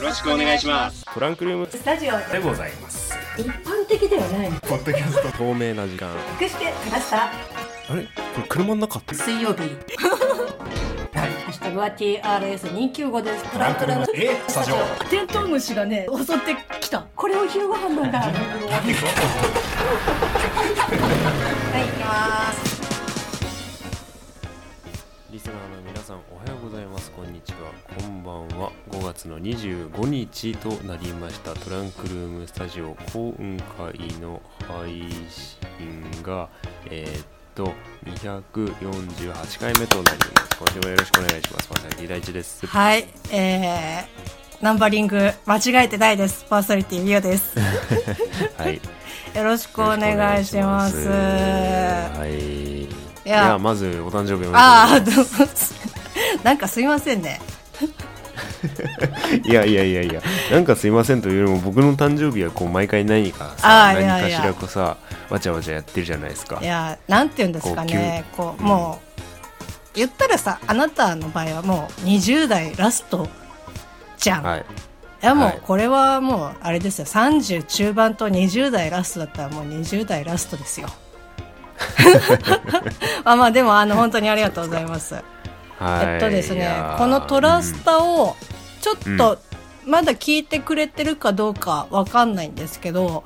ろしくお願いしますトランクルームスタジオでございます一般的ではないポッドキャスト透明な時間隠してきましたあれこれ車の中って水曜日ハッシュタグは TRS295 ですトランクルームえスタジオテントウムシがね襲ってきたこれを昼ご飯なんだはい行きますリスナーの皆さんおはようございますこんにちはこんばんは5月の25日となりましたトランクルームスタジオ今回の配信がえーっと248回目となります今週もよろしくお願いしますまさき大地ですはい、えー、ナンバリング間違えてないです。パーソナリティミオです。よはいよろしくおろく願いします。はいいややまずお誕生日おめでとうございますああ、どうぞ。なんかすいませんね。いやいやいやいや、なんかすいませんというよりも、僕の誕生日はこう毎回何かあさ、ーいやい何やかしらこうさ、わちゃわちゃやってるじゃないですかい。や、なんて言うんですかね。こう、もう、言ったらさ、あなたの場合はもう20代ラストじゃん。、はいい。や、もはいうこれはもう、あれですよ。30中盤と20代ラストだったらもう20代ラス トですよ。まあまあ、でも、あの、本当にありがとうございます。はい。えっとですいねやーこのトラス、タをちょっうとまだ聞いてくれてるかどうかわかんないんですけど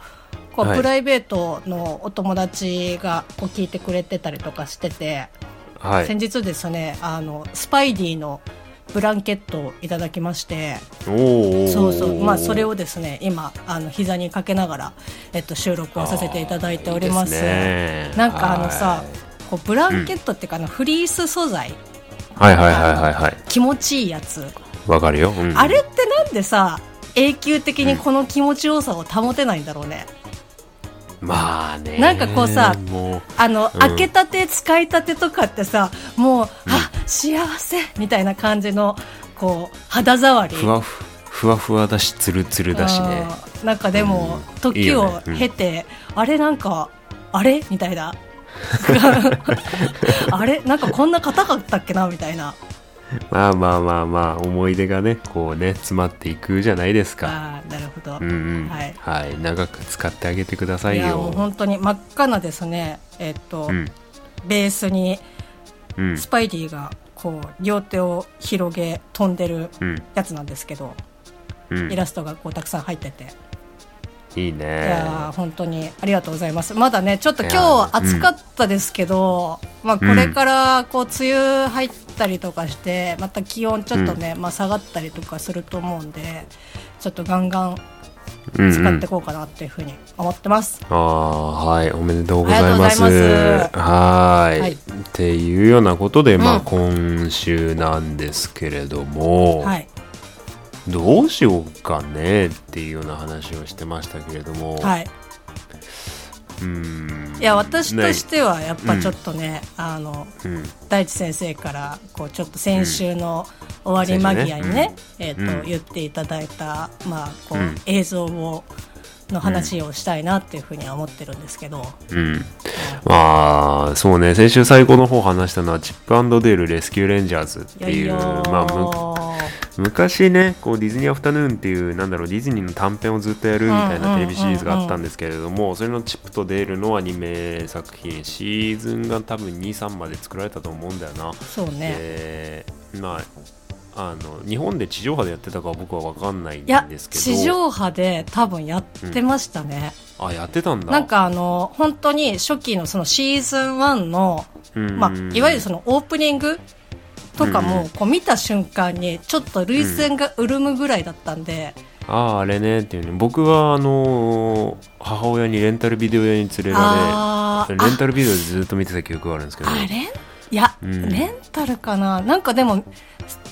こうはいプライベートのお友達がこう聞いてくれてたりとかしてて、うんはい。先日ですねあのスパイディのブランケットをいただきましておーそうそうまあそれをですね今あの膝にかけながら、えっと、収録をさせていただいております。あーいいでねなんかあのさこうブランケットっていうかあのフリース素材、はいはいはいはいはい。気持ちいいやつわかるよ。うんあれってなんでさ永久的にこの気持ちよさを保てないんだろうね、まあね。なんかこうさもうあの、うん開けたて使いたてとかってさもう、あ幸せみたいな感じのこう肌触りふわふ、ふわふわだし、つるつるだしね。うんなんかでも、うんいい時よねをうん経てあれなんかあれみた いなあれなんかこんな硬かったっけなみたいなまあまあまあまあ、思い出がね、こうね、詰まっていくじゃないですか。あーなるほど、うんうんははいい、長く使ってあげてくださいいやもよ。う本当に真っ赤なですねえっと、うんベースにうんスパイディがこう両手を広げ飛んでるうんやつなんですけど、うんイラストがこうたくさん入ってて、いいいね。やー本当にありがとうございますまだねちょっと今いやー日暑かったですけど、まあ、これからこう梅雨入ったりとかしてまた気温ちょっとね、まあ、下がったりとかすると思うんでちょっとガンガンうんうん使っていこうかなっていうふうに思ってます、ああはいおめでとうございますありがとうございますはーい、はいっていうようなことで、まあうん今週なんですけれども、はいどうしようかねっていうような話をしてましたけれども、はいうーんいや私としてはやっぱうんちょっとね、あのね大地先生からこうちょっと先週の終わり間際にね,、えーとうん言っていただいた、まあこううん映像をの話をしたいなっていうふうには思ってるんですけど、うん、うん、まあそうね先週最後の方話したのはチップデールレスキューレンジャーズっていういやいやーまあむ昔ねこうディズニーアフタヌーンっていうなんだろうディズニーの短編をずっとやるみたいうんうんうんうなんテレビシリーズがあったんですけれどもそれのチップとデールのアニメ作品シーズンが多分23まで作られたと思うんだよな。そうね、でまああの日本で地上波でやってたかは僕は分かんないんいやですけど地上波で多分やってましたね、あやってたんだなん、かあの本当に初期のそのシーズン1の、うんうんまあ、いわゆるそのオープニングとかうんうもこう見た瞬間にちょっと涙腺が潤むぐらいだったんで、あああれねっていうね僕はあのー母親にレンタルビデオ屋に連れらあれーあレンタルビデオでずっと見てた記憶があるんですけどあれいや、うんレンタルかななんかでも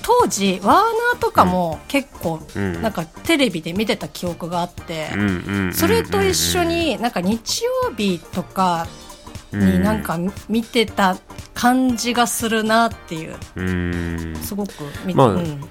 当時ワーナーとかも結構、うんなんかテレビで見てた記憶があって、うんうんうんうんうんそれと一緒になんか日曜日とかになんか見てた感じがするなっていううんすごく見て、まあうん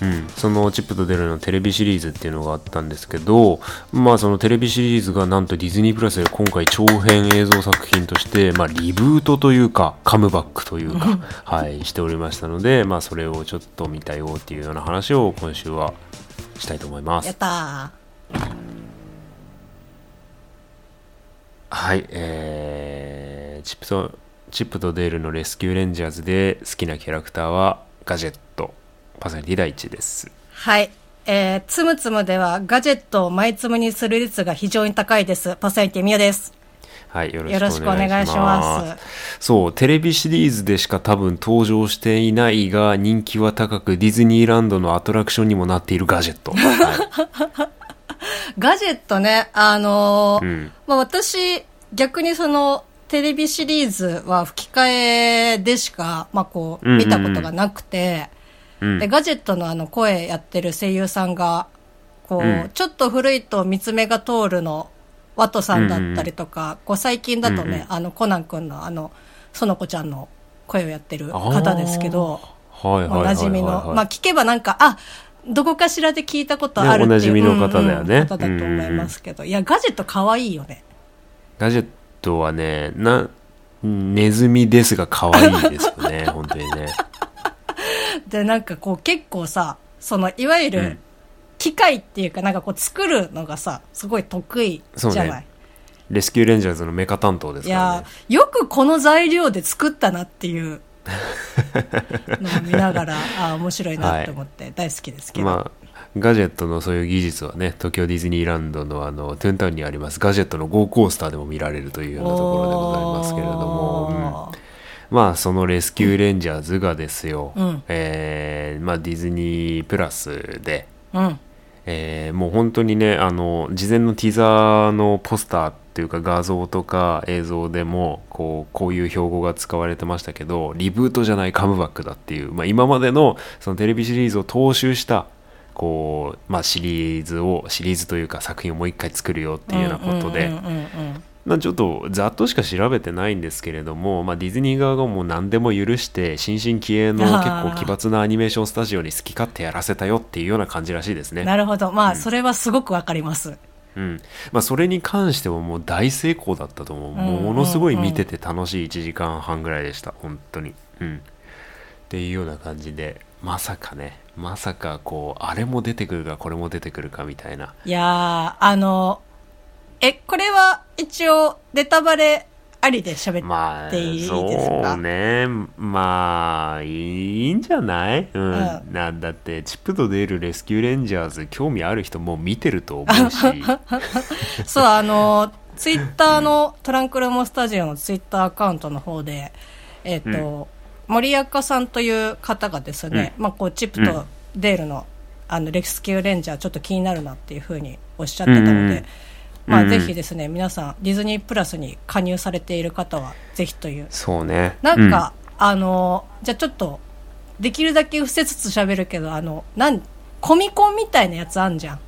うん、その「チップとデール」のテレビシリーズっていうのがあったんですけど、まあ、そのテレビシリーズがなんとディズニープラスで今回長編映像作品として、まあ、リブートというかカムバックというか、はい、しておりましたので、まあ、それをちょっと見たよっていうような話を今週はしたいと思いまやすっ。たはい、えー、チップと、チップとデールのレスキューレンジャーズで好きなキャラクターはガジェット。パーソナリティ第一です。ーはいえー、つむつむではガジェットを毎つむにする率が非常に高いですパーソナリティみよですはい、よよろろししくくおお願願いしまいす。しますそう、テレビシリーズでしか多分登場していないが、人気は高く、ディズニーランドのアトラクションにもなっているガジェッ ト。はガジェットねあのい、うーん。まあ、私逆にそのテレビシリーズは吹き替えでしか、まあ、こううんうんうん見たことがなくて、うんでガジェットのあの声やってる声優さんがこう、うんちょっと古いと「三つ目が通る」のワトさんだったりとか、こう最近だとうんうね、あのコナン君のあの園子ちゃんの声をやってるあー方ですけどはいはいはいはい、はい。おなじみの、まあ、聞けばなんかあどこかしらで聞いたことあるっていう、ねおなじみの方だよねうんうん方だと思いますけど、いやガジェット可愛いよねガジェットはね、な、ネズミですが可愛いですよ ね、本当にね。でなんかこう結構さそのいわゆうるん機械っていうかなんかこう作るのがさすごい得意そうじゃない、ねレスキューレンジャーズのメカ担当ですいからやね。よくこの材料で作ったなっていうのを見ながらあ面白いなと思って大好きですけど、まあ、ガジェットのそういう技術はね、東京ディズニーランドのあの、トゥーンタウンにありますガジェットのゴーコースターでも見られるというようなところでございますけれども、おーうんまあ、そのレスキューレンジャーズがですよ、うんえーまあ、ディズニープラスで、うんえーもう本当にねあの事前のティザーのポスターっていうか画像とか映像でもこうこういう標語が使われてましたけどリブートじゃないカムバックだっていう、まあ、今までのそのテレビシリーズを踏襲したこう、まあ、シリーズをシリーズというか作品をもう一回作るよっていうようなことで、うんうんうんうんまあ、ちょっとざっとしか調べてないんですけれども、まあ、ディズニー側がもう何でも許して新進気鋭の結あ構ー奇抜なアニメーションスタジオに好き勝手やらせたよっていうような感じらしいですうねん。なるほどまあそれはすごくわかります、うんまあ、それに関してももう大成功だったと思う,、うんもうものすごい見てて楽しい1時間半ぐらいでした本当に、うん、っていうような感じでまさかねまさかこうあれも出てくるかこれも出てくるかみたいないやーあのえこれは一応ネタバレありで喋っまあでいいですかそうねまあいいんじゃない、うんうなだってチップと出るレスキューレンジャーズ興味ある人もう見てると思う しそう、あの、ツイッターの、トランクルームスタジオのツイッターアカウントの方で、えっ、と、森岡さんという方がですね、まあ、こう、チップとデールの、あの、レスキューレンジャー、ちょっと気になるなっていうふうにおっしゃってたので、うんうんうんまうあ、んうんぜひですね、皆さん、ディズニープラスに加入されている方は、ぜひという。そうねなんか、あの、じゃあちょっと、できるだけ伏せつつ喋るけど、あの、なん、コミコンみたいなやつあんじゃん。うん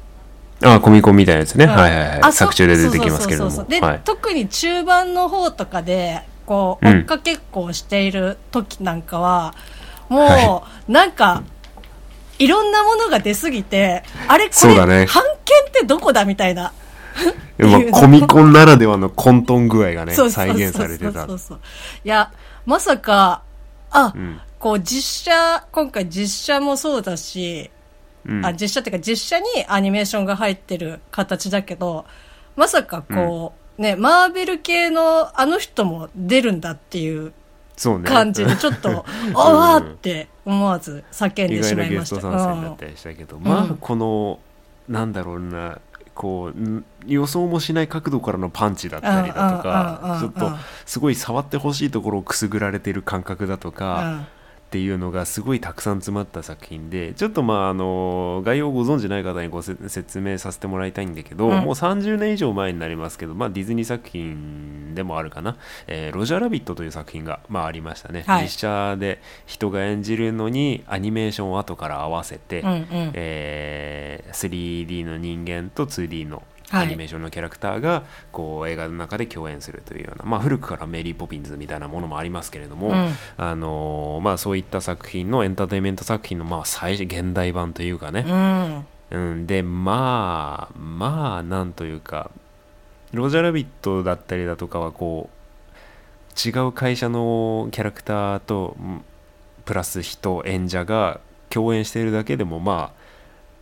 あコミコンみたいなやつね、うんはいはいはあいそう作中で出てきますけれどもそうそうそうそうで、はい特に中盤の方とかでこううん追っかけっこをしている時なんかは、もう、はなんかいろんなものが出すぎてあれこそうだれ、ね版権ってどこだみたいな、でも っていうのコミコンならではの混沌具合がね、そう再現されてたそうそう。そういやまさかあ、うんこう実写今回実写もそうだしうんあ実写っていうか実写にアニメーションが入ってる形だけどまさかこう、ねマーベル系のあの人も出るんだっていうそうね。感じでちょっと、 あわーって思わず叫ん意でし外まないゲまスしたト参戦だったりしたけど、まあ、この、なんだろうな、こうん予想もしない角度からのパンチだったりだとか、ちうょんっうんうんうんとすごい触ってほしいところをくすぐられてる感覚だとうかん、っていうのがすごいたくさん詰まった作品で、ちょっとまああの概要をご存じない方にごせ説明させてもらいたいんだけど、うんもう30年以上前になりますけど、まあディズニー作品でもあるかな、えーロジャーラビットという作品がまあありましたね。はい実写で人が演じるのにアニメーションを後から合わせて、うんうんえー 3D の人間と 2D のはいアニメーションのキャラクターがこう映画の中で共演するというような、まあ、古くからメリー・ポピンズみたいなものもありますけれども、うんあのーまあ、そういった作品のエンターテインメント作品のまあ最現代版というかね、うんうん、でまあまあなんというか「ロジャーラビット」だったりだとかはこう違う会社のキャラクターとうんプラス人演者が共演しているだけでもまあ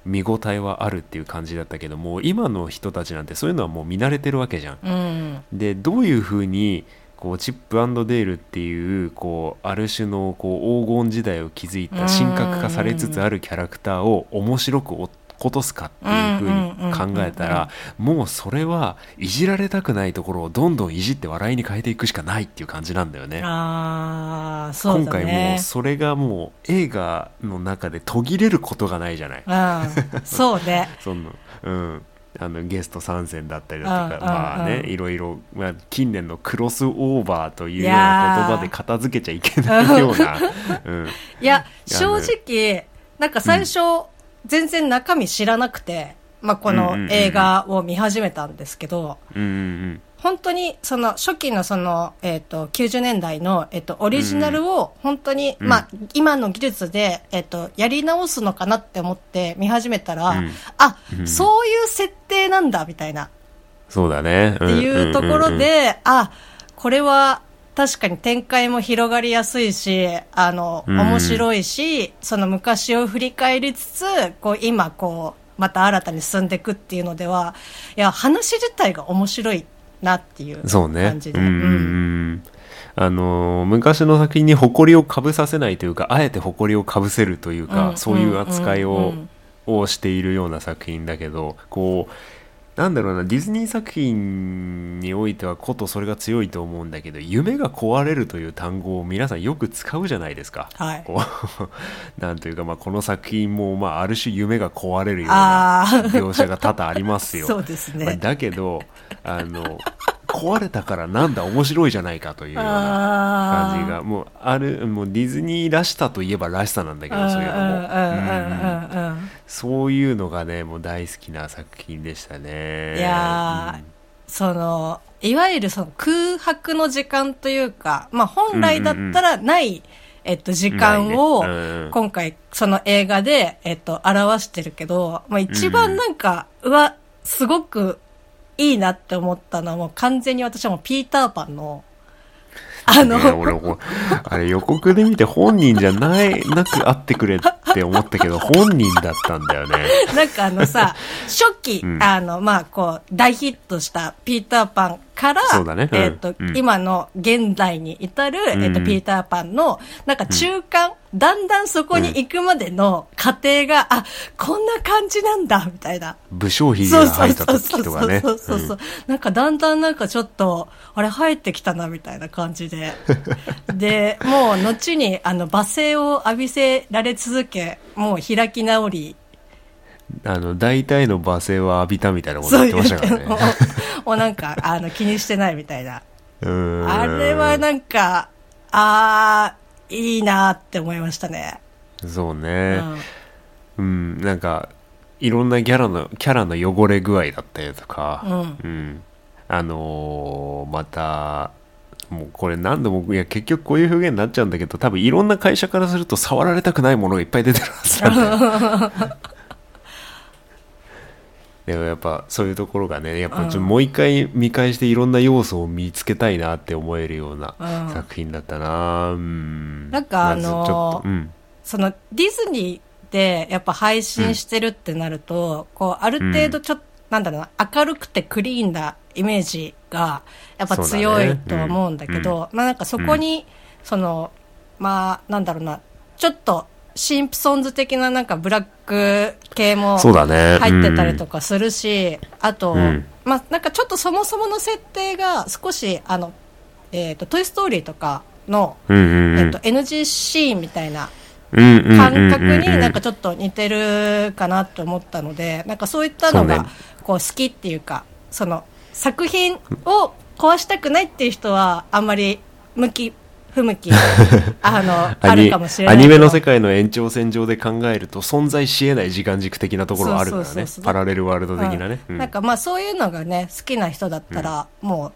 見応えはあるっていう感じだったけどもう今の人たちなんてそういうのはもう見慣れてるわけじゃん。うんでどういうふうにこうチップデールっていうこうある種のこう黄金時代を築いた神格化されつつあるキャラクターを面白く落とすかっていうふうに考えたらもうそれはいじられたくないところをどんどんいじって笑いに変えていくしかないっていう感じなんだよね。ああそう今だね回もうそれがもう映画の中で途切れることがないじゃない。うん、そうねそんなうん、あのゲスト参戦だったりだとかあまああねあいろいろ、まあ、近年のクロスオーバーというような言葉で片付けちゃいけないよう な、うん、いやいや正直なんか最初、全然中身知らなくて、まあ、こうんうんうんうのん映画を見始めたんですけど、うんうん本当にその初期のその、えっと90年代の、えっとオリジナルを本当に、うんまあ、今の技術で、えっとやり直すのかなって思って見始めたら、うんあ、うんそういう設定なんだみたいなそうだね。っっていうところで、、あこれは確かに展開も広がりやすいしあのうん面白いし、その昔を振り返りつつこう今こうまた新たに進んでいくっていうのではいや話自体が面白いなっていうそうね。感じで。うんうんうんあのー昔の作品に誇りをかぶさせないというかあえて誇りをかぶせるというか、うんそういう扱いを、うんうんをしているような作品だけどこうなんだろうなディズニー作品においてはことそれが強いと思うんだけど夢が壊れるという単語を皆さんよく使うじゃないですか。はいこう なんというか、まあ、この作品も、まあ、ある種夢が壊れるようなあー描写が多々ありますよ。そうですねまあだけどあの壊れたからなんだ面白いじゃないかというようなあー感じがもうあるもうディズニーらしさといえばらしさなんだけどそういうのもうんうんうんうんうんうんそういうのがねもう大好きな作品でしたねいやーそのいわゆるその空白の時間というか、まあ、本来だったらない、えっと、時間を、ないねうん今回その映画で、えっと、表してるけど、まあ、一番なんか、うわすごくいいなって思ったのはもう完全に私はもうピーターパ ンのあうんの、ね俺こうあれ予告で見て本人じゃないなく会ってくれって思ったけど本人だったんだよねなんかあの さ、初期、うんあの、まあ、こう、大ヒットしたピーターパンから、そうだねうんえっ、と、うん今の現代に至る、うんえっ、と、ピーターパンの、なんか中間、だんだんそこに行くまでの過程が、あ、こんな感じなんだ、みたいな。武将髭そがうそ入うったそう時そうとそかねうそうそう、なんかだんだんなんかちょっと、あれ生えてきたなみたいな感じで。 で、もう後にあの罵声を浴びせられ続け、もう開き直り、あの大体の罵声は浴びたみたいなこと言ってましたからねそういう のををなんか、あの、気にしてないみたいな。うんあれはなんか、あー、いいなって思いましたね。そううねんうん、なんかいろんなキャラのキャラの汚れ具合だったりとか、うんうん、あのーまたもうこれ何度もいや結局こういう表現になっちゃうんだけど多分いろんな会社からすると触られたくないものがいっぱい出てるはずなんだよ でもやっぱそういうところがねやっぱちょっともう一回見返していろんな要素を見つけたいなって思えるようなうん作品だったなうんなんかあのーまずちょっとうんそのディズニーでやっぱ配信してるってなると、こうある程度ちょっと、なんだろうな明るくてクリーンなイメージがやっぱ強いとは思うんだけそうだねど、まあなんかそこに、そのまあなんだろうなちょっとシンプソンズ的ななんかブラック系もそうだね入ってたりとか、かするし、あと、うんまあ、なんかちょっとそもそもの設定が少し、あの、えっ、と、トイ・ストーリーとかの、うんうんうんえっ、と、NG シーンみたいなうんうんうんうんうん感覚になんかちょっと似てるかなと思ったので、なんかそういったのそうがね、こう、好きっていうか、その、作品を壊したくないっていう人は、あんまり、向き、不向 き、あの、アあニるかもしれないアけど。ニメの世界の延長線上で考えると存在し得ない時間軸的なところはあるからそうそうねそうそうパラレルワールド的なね、ううんんなんかまあそういうのがね好きな人だったら、もう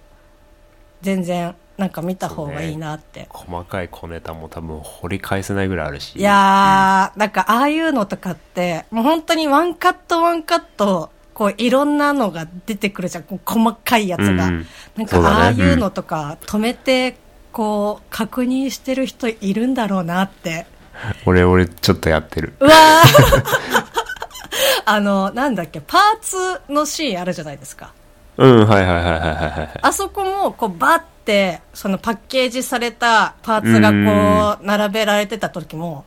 全然なんか見た方がいいなって、細かい小ネタも多分掘り返せないぐらいあるしいやー、なんかああいうのとかってもう本当にワンカットワンカットこういろんなのが出てくるじゃんこう細かいやつが、うんうんなんそうだねかああいうのとか止めてこう確認してる人いるんだろうなって俺俺ちょっとやってるうわーあの、なんだっけ、パーツのシーンあるじゃないですか。うん、はいはいはいはいはいはい。あそこも、こう、バッて、そのパッケージされたパーツがこう、並べられてた時も、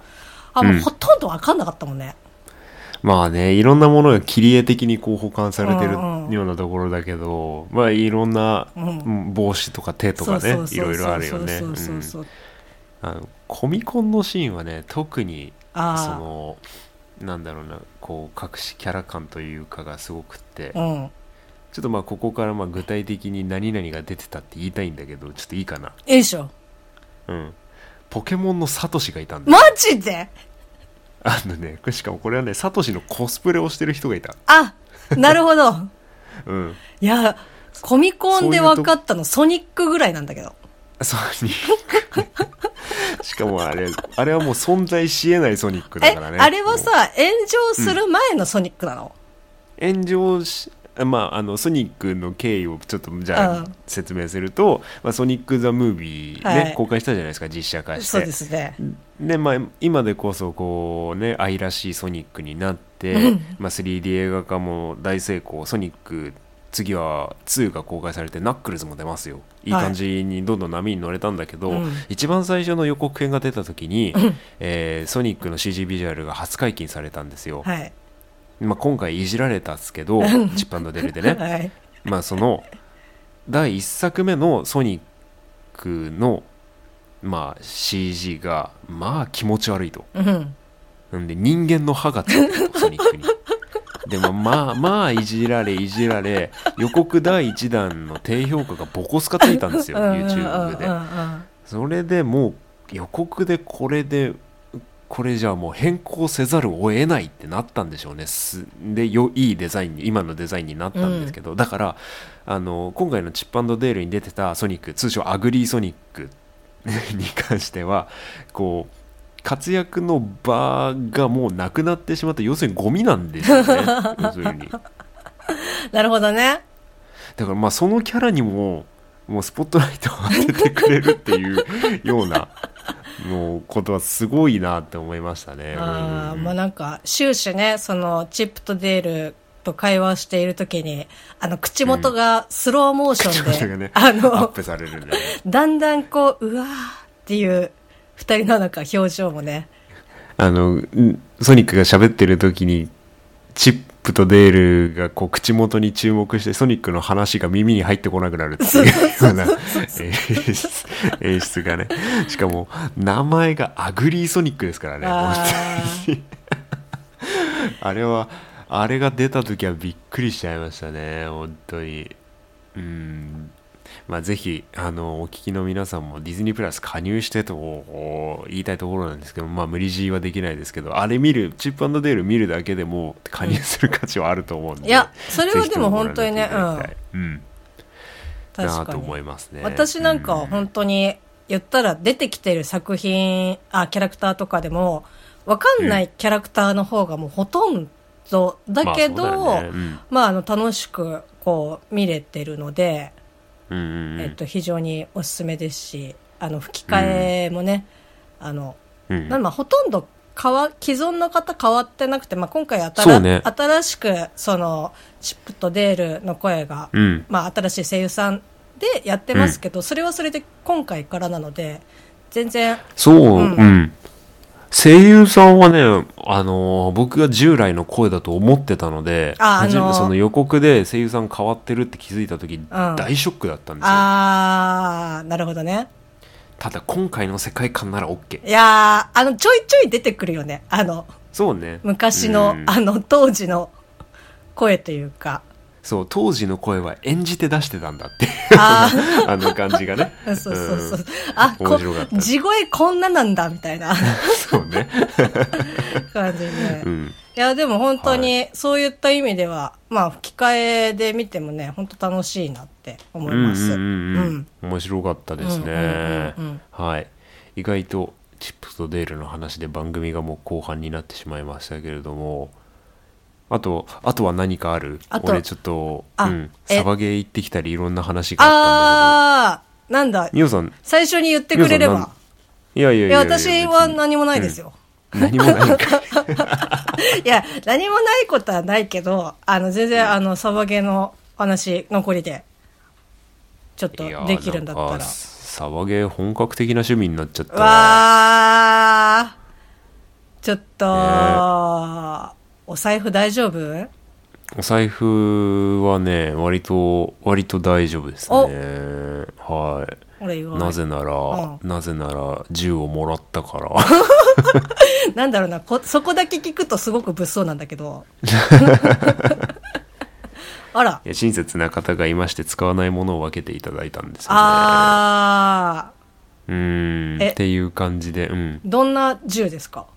あ、もううんほとんどわかんなかったもんね。まあね、いろんなものが切り絵的にこう保管されてるうんうんようなところだけど、まあいろんなうんうん帽子とか手とそかうそねう、いそうろいろあるよね。そうそううそんうそう。あのコミコンのシーンはね、特にそあの、なんだろうな、こう隠しキャラ感というかがすごくって、あ。うん。ちょっとまあここからまあ具体的に何々が出てたって言いたいんだけど、ちょっといいかな。いいでしょ。うん。ポケモンのサトシがいたんだよ マジであのね、しかもこれはね、サトシのコスプレをしてる人がいた。あ、なるほど。うん。いや、コミコンで分かったの、ソニックぐらいなんだけど。ソニッ ク。しかもあれ、あれはもう存在し得ないソニックだえ、からね。あれはもさ、炎上する前のソニックなの、う、炎上し、まあ、あのソニックの経緯をちょっとじゃうあん説明すると、まあ、ソニック・ザ・ムービー、ねはい公開したじゃないですか実写化してそうですね。でまあ、今でこそこうね愛らしいソニックになって、うんまあ、3D 映画化も大成功ソニック次は2が公開されてナックルズも出ますよいいはい感じにどんどん波に乗れたんだけど、うん一番最初の予告編が出た時に、えーソニックの CG ビジュアルが初解禁されたんですよ、はい。まあ、今回いじられたっすけどチップデールでね はい。まあその第1作目のソニックの、まあ、CG がまあ気持ち悪いと。うん。なんで人間の歯がついてるとソニックに。でもまあまあいじられいじられ予告第1弾の低評価がボコスカついたんですようんうんうんうん YouTube で。それでもう予告でこれでこれじゃあもう変更せざるを得ないってなったんでしょうねすでよいいデザインに今のデザインになったんですけど、だからあの今回のチップデールに出てたソニック通称アグリーソニックに関してはこう活躍の場がもうなくなってしまって要するにゴミなんですよね要するにだかなるほどね。らまあそのキャラにももうスポットライトを当ててくれるっていうようなもうことはすごいなって思いましたね。ああ、うんまあなんか、終始ね、その、チップとデールと会話をしているときに、あの、口元がスローモーシ口元ョがンで、ね、 あアッの、プされるね。だんだんこう、うわーっていう、二人のなんか表情もね、あの、んソニックが喋ってる時に、チップとデールがこう口元に注目して、ソニックの話が耳に入ってこなくなるっていうような演出演出がね。しかも、名前がアグリーソニックですからね。もうあーあれは、あれが出た時はびっくりしちゃいましたね、本当に。うん。まあ、ぜひ、あの、お聞きの皆さんもディズニープラス加入してとお言いたいところなんですけど、まあ、無理強いはできないですけど、あれ見る、チップデール見るだけでも加入する価値はあると思うんで。いやそれはでも本当にねぜひともご覧になっていただきたいうん。 な確あかと思にい。ますね。私なんかうは本当に言ったら出てきてる作品あキャラクターとかでもわかんないキャラクターの方がもうほとんどだけど、まあまそうあだよねあの楽しくこう見れてるので、うんうんうんうんえっと、非常におすすめですしあの吹き替えもね、あのうんまあ、ほとんど変わ既存の方変わってなくて、まあ、今回新そうね新しくそのチップとデールの声がうん。まあ、新しい声優さんでやってますけど、それはそれで今回からなので全然そう、ううんん、声優さんはね、あのー僕が従来の声だと思ってたので、ああのーじその予告で声優さん変わってるって気づいた時、大ショックだったんですよ。あーなるほどねただ今回の世界観なら OK。いやーあのちょいちょい出てくるよねあのそうね。昔の、うんあの当時の声というかそう、当時の声は演じて出してたんだっていう、あ あの感じがね。 そうそうそう、んあこ面白かった地声こんななんだみたいな そうね。感じで、うん。いやでも本当にそういった意味では、まあ吹き替えで見てもね本当楽しいなって思います、うんうんうんうん面白かったですね、うんうんうんうんはい意外とチップスとデールの話で番組がもう後半になってしまいましたけれどもあとあとは何かあるあと俺ちょっと、あうん、えサバゲー行ってきたりいろんな話があったんだあー、なんだけど。ニオさん最初に言ってくれれニオさんなんば。いやいやいいやや、いや私は何もないですよ。何も ないんかい。いや、何もないことはないけど、あの、全然、あの、サバゲーの話、残りで、ちょっといやーできるんだっなた。からサバゲー本格的な趣味になっちゃったわー、ちょっと、お財布大丈夫お財布はね割と割と大丈夫ですねおはい俺言わなぜならう、なぜなら銃をもらったから なんだろうなこ、そこだけ聞くとすごく物騒なんだけ ど。あらい、や親切な方がいまして使わないものを分けていただいたんですよねあうーんえっていう感じでうんー、どんな銃ですか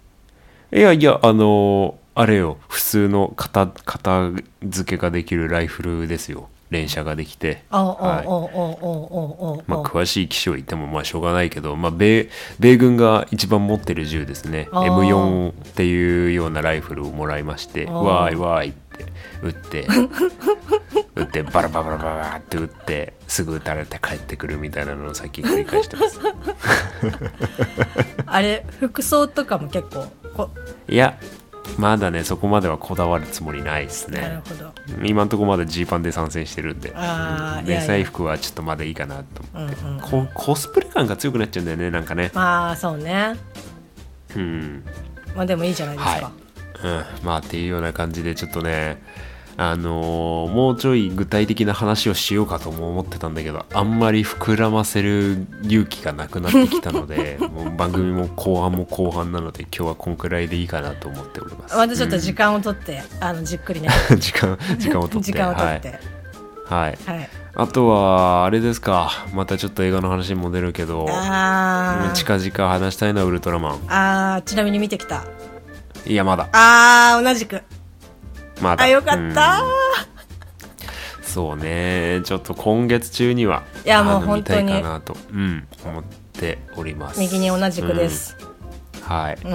いやいやあのーあれよ普通の片片付けができるライフルですよ連射ができてあおうはいおうおうおうおうおうおうまあ、詳しい機種を言ってもまあしょうがないけど、まあ、米米軍が一番持ってる銃ですねあー M4 っていうようなライフルをもらいましてあーわーいわーいって撃って 撃ってバラバラバラバラって撃ってすぐ撃たれて帰ってくるみたいなのを最近繰り返して ます あれ服装とかも結構こいやまだねそこまではこだわるつもりないですなるねほど今のところまだジーパンで参戦してるんであーい迷やいや彩服はちょっとまだいいかなと思うんうんうココスプレ感が強くなっちゃうんだよねなんかねまあそうねうんまあでもいいじゃないですか、はいうん、まあっていうような感じでちょっとねあのーもうちょい具体的な話をしようかとも思ってたんだけどあんまり膨らませる勇気がなくなってきたの でもう番組も後半も後半なので今日はこんくらいでいいかなと思っておりますまたちょっと時時間を取って、あのじっくりね間時間時間を 取って時間を取ってはい、はい、はい、あとはあれですかまたちょっと映画の話にも出るけどあー近々話したいなウルトラマンあーちなみに見てきたいやまだあー同じくまだあよかったうんそうねちょっと今月中にはいやもうあの本当に見たいかなと、うん、思っております右に同じくで、すうんはい、うん、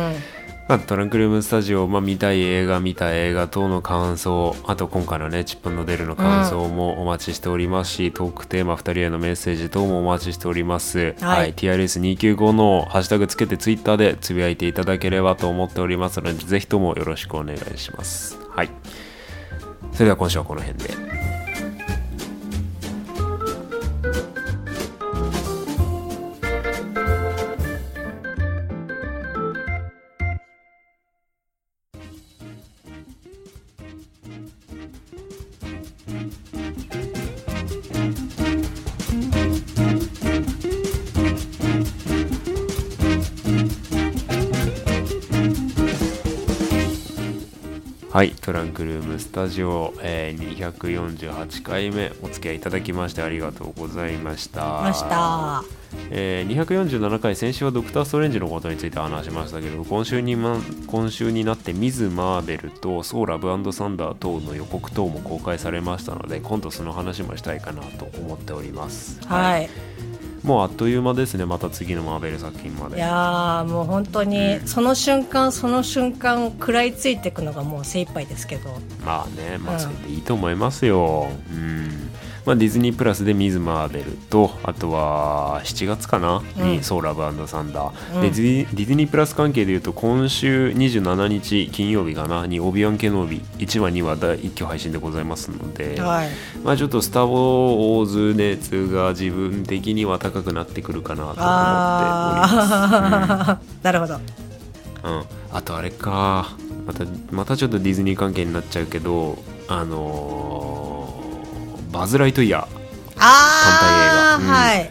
まあ、トランクルームスタジオ、まあ、見たい映画見た映画等の感想あと今回のね「チップンの出る」の感想もお待ちしておりますし、トークテーマ2人へのメッセージ等もお待ちしておりますはい TRS295 のハッシュタグつけてツイッターでつぶやいていただければと思っておりますのでぜひともよろしくお願いしますはいそれでは今週はこの辺ではい、トランクルームスタジオ、えー248回目お付き合いいただきましてありがとうございました。ましたえー247回先週はドクター・ストレンジのことについて話しましたけど今週に,、ま、今週になってミズ・マーベルとソー・ラブサンダー等の予告等も公開されましたので今度その話もしたいかなと思っております。はい、い、もうあっという間ですねまた次のマーベル作品まで。やーもう本当にその瞬間その瞬間食らいついていくのがもう精一杯ですけどまあね、まうあ、んそれでいいと思いますよ。うん。まあ、ディズニープラスでミズ・マーベルと、あとは7月かな、うんにソーラブサンダー、うんでディズ。ディズニープラス関係でいうと、今週27日金曜日かな、にオビワン・ケノービ1話、2話、第1挙配信でございますので、はいまあ、ちょっとスター・ウォーズ熱が自分的には高くなってくるかなと思っております。うんああ、なるほど。うん、あとあれかまたまたちょっとディズニー関係になっちゃうけどあのーバズ・ライトイヤああ、単体はい。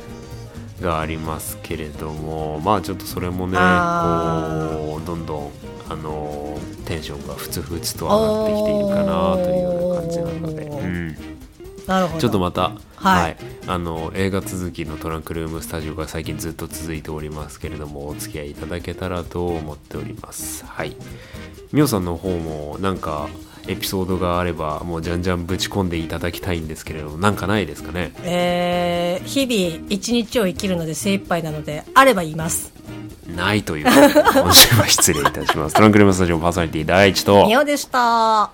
ーがありますけれどもまあちょっとそれもねあーこうどんどん、あのーテンションがふつふつと上がってきているかなというような感じなので、おうーん、なるほど。ちょっとまた、はいあの映画続きのトランクルームスタジオが最近ずっと続いておりますけれどもお付き合いいただけたらと思っておりますはいみおさんの方もなんかエピソードがあればもうじゃんじゃんぶち込んでいただきたいんですけれどもなんかないですかねえー日々一日を生きるので精一杯なのであれば言います。ないということで今週は失礼いたしますトランクルームスタジオパーソナリティ第一とみおでした。